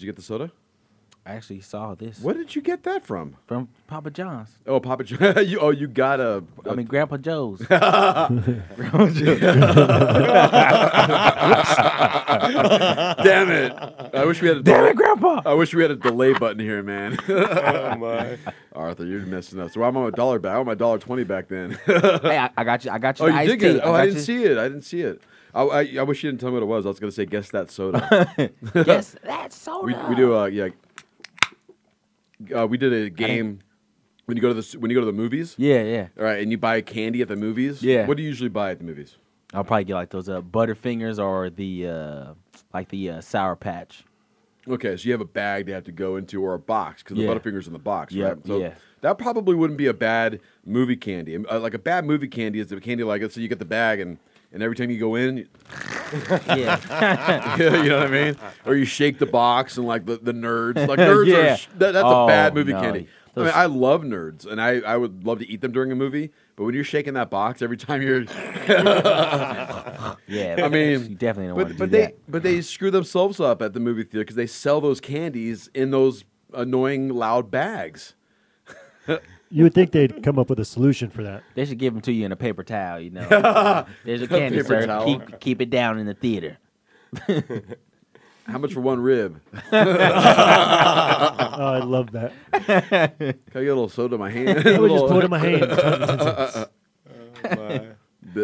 you get the soda? I actually saw this Where did you get that from? from Papa John's. Oh, Papa John. you, oh, you got a. I mean, Grandpa Joe's. damn it! I wish we had. A Damn it, Grandpa! I wish we had a delay button here, man. Oh my! Arthur, you're messing up. So I'm on my dollar back. I want my dollar twenty back then. hey, I, I got you. I got you. oh, the you iced did get tea. it. Oh, got I didn't you- see it. I didn't see it. I, I, I wish you didn't tell me what it was. I was gonna say guess that soda. Yes, that's soda. we, we do uh yeah. Uh, we did a game when you go to the s- when you go to the movies. Yeah, yeah. All right, and you buy candy at the movies. Yeah. What do you usually buy at the movies? I'll probably get like those uh, Butterfingers or the uh, like the uh, Sour Patch. Okay, so you have a bag they have to go into or a box because Yeah. the Butterfinger's in the box, Yep, right? So yeah. that probably wouldn't be a bad movie candy. Uh, like a bad movie candy is the candy like let's say you get the bag and and every time you go in, you Yeah, know what I mean, or you shake the box and like the, the nerds, like nerds Yeah. are sh- that, that's Oh, a bad movie no. candy. I Those- mean, I love nerds and I, I would love to eat them during a movie, but when you're shaking that box every time you're yeah. I mean, you definitely don't want but, to do but they that. but they screw themselves up at the movie theater because they sell those candies in those annoying loud bags. You would think they'd come up with a solution for that. They should give them to you in a paper towel. You know, there's a candy, paper sir. towel. Keep keep it down in the theater. How much for one rib? Can Uh, Oh, I love that. I get a little soda in my hand? I would just put it in my Uh, hand. and touch it. Oh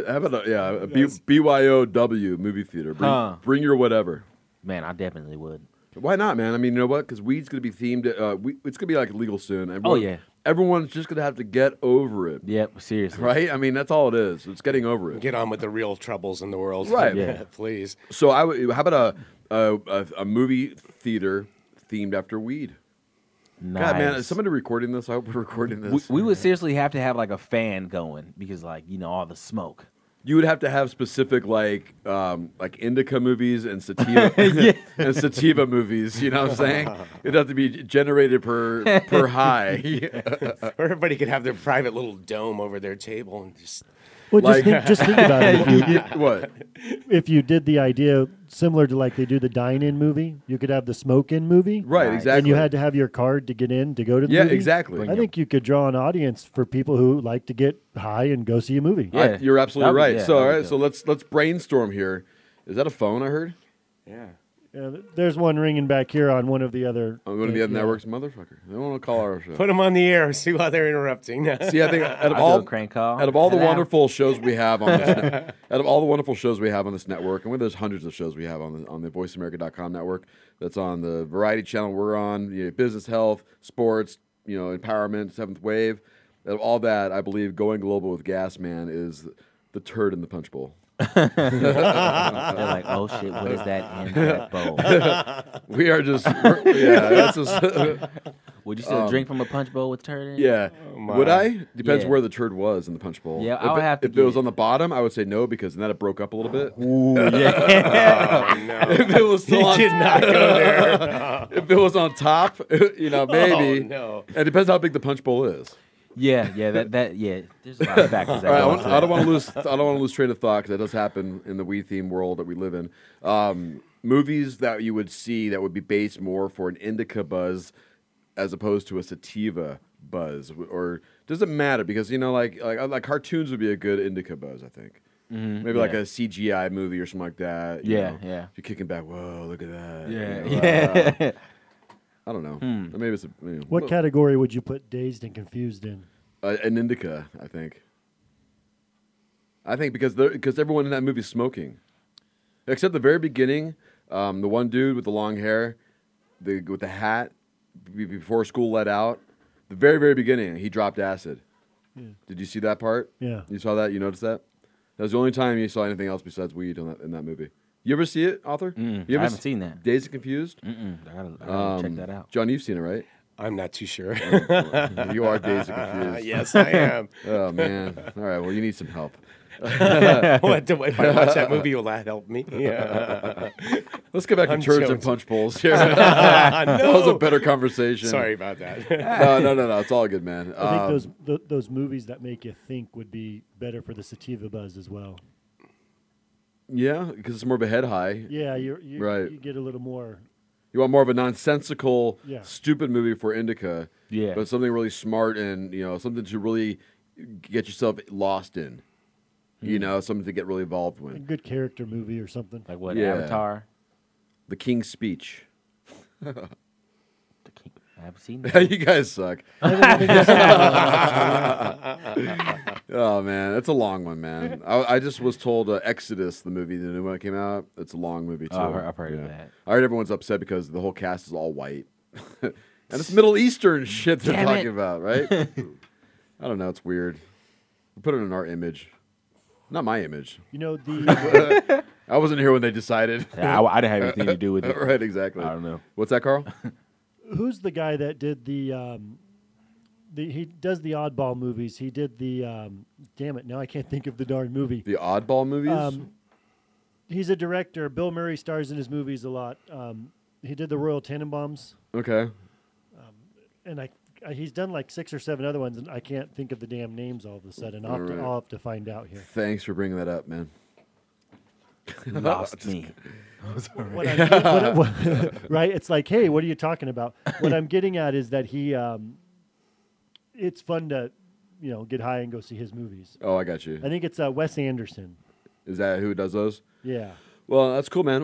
my. How about a, yeah, a B- Yes. BYOW movie theater. Bring, Huh. bring your whatever. Man, I definitely would. Why not, man? I mean, you know what? Because weed's gonna be themed. Uh, we, it's gonna be like legal soon. Everyone, Oh, yeah. Everyone's just gonna have to get over it, Yep, seriously. right? I mean, that's all it is. It's getting over it. Get on with the real troubles in the world, Right. Yeah. Please. So I would. How about a a, a a movie theater themed after weed? Nice. God, man, is somebody recording this? I hope we're recording this. we, we would seriously have to have like a fan going because like you know all the smoke. you would have to have specific like um, like indica movies and sativa and sativa movies. You know what I'm saying? It'd have to be generated per per high. Or everybody could have their private little dome over their table and just. Well, Like- just, think, just think about it. If you, what? if you did the idea similar to like they do the dine-in movie, you could have the smoke-in movie, Right? Right. Exactly. And you had to have your card to get in to go to the yeah, movie. exactly. I think you could draw an audience for people who like to get high and go see a movie. I- Yeah. you're absolutely That would- right. yeah, so that all would right, go. so let's let's brainstorm here. Is that a phone? I heard Yeah. Yeah, th- there's one ringing back here on one of the other. on one of the other yeah. networks. Motherfucker, they want to call our show. Put them on the air. See why they're interrupting. See, I think out of I feel all a crank call. out of all the Hello. wonderful shows we have on this, net- out of all the wonderful shows we have on this network, and there's hundreds of shows we have on the on the VoiceAmerica.com network. That's on the Variety Channel. We're on you know, business, health, sports, you know, empowerment, Seventh Wave, out of all that. I believe going global with Gas Man is the turd in the punch bowl. They're like, oh shit, what is that in that bowl? We are just we're- yeah, that's just, Would you still drink from a punch bowl with turd Um, in it? yeah. my. Would I? Depends Oh, Yeah. where the turd was in the punch bowl. Yeah, if I would it, have to If it was get- on the bottom, I would say no because then it broke up a little bit. Oh, no. if it was still You on, did not go there. if it was on top, you know, maybe. Oh, no. It depends how big the punch bowl is. Yeah, yeah, that that yeah. There's a lot of factors that All right, I, go want, into I that. don't want to lose. I don't want to lose train of thought because that does happen in the weed theme world that we live in. Um, movies that you would see that would be based more for an indica buzz as opposed to a sativa buzz, or does it matter? Because you know, like like uh, like cartoons would be a good indica buzz, I think. Mm-hmm. Maybe like a yeah. CGI movie or something like that. you Yeah, know. yeah. You're kicking back. Whoa, look at that. Yeah, You know, yeah. wow. I don't know. Hmm. Or Maybe it's a, you know, What well, category would you put dazed and confused in? uh, an indica, I think. I think because because everyone in that movie is smoking, except the very beginning, um, the one dude with the long hair, the with the hat, be- before school let out, the very very beginning, he dropped acid. Did you see that part? Yeah. You saw that? You noticed that? That was the only time you saw anything else besides weed in that, in that movie. You ever see it, author? you ever Mm, I haven't s- seen that. Dazed and Confused? Mm-mm, I gotta, I gotta check Um, that out. John, you've seen it, right? I'm not too sure. you are Dazed and Uh, Confused. yes, I am. Oh man! All right. Well, you need some help. what, do- if I watch that movie, will that help me? Yeah. Let's get back to I'm turds joking. and punch bowls here. that was a no. better conversation. Sorry about that. No, no, no, no. It's all good, man. I think Um, those th- those movies that make you think would be better for the sativa buzz as well. yeah, because it's more of a head high. Yeah, you're, you Right. you get a little more You want more of a nonsensical, Yeah. stupid movie for Indica, Yeah. but something really smart and you know something to really get yourself lost in. Hmm. You know, something to get really involved A with. good character movie or something. Like what? Yeah. Avatar. The King's Speech. The King. I haven't seen that. you guys suck. oh man, that's a long one, man. I, I just was told uh, Exodus, the movie, the new one that came out. It's a long movie too. Oh, I've heard- I've heard of that. I heard everyone's upset because the whole cast is all white, and it's Middle Eastern shit they're Damn talking it. about, right? I don't know. It's weird. We put it in our image, not my image. You know the I wasn't here when they decided. Yeah, I, I didn't have anything to do with it. right, exactly. I don't know. What's that, Carl? who's the guy that did the um, the he does the oddball movies. He did the um, damn it. Now I can't think of the darn movie. the oddball movies. Um, he's a director. Bill Murray stars in his movies a lot. Um, he did the Royal Tenenbaums, okay. and I, I he's done like six or seven other ones, and I can't think of the damn names all of a sudden. I'll have, Alright. to, I'll have to find out here. Thanks for bringing that up, man. Lost me. What I'm get- what- what- right? It's like, hey, what are you talking about? What I'm getting at is that he, um, it's fun to, you know, get high and go see his movies. Oh, I got you. I think it's uh, Wes Anderson. Is that who does those? Yeah. Well, that's cool, man.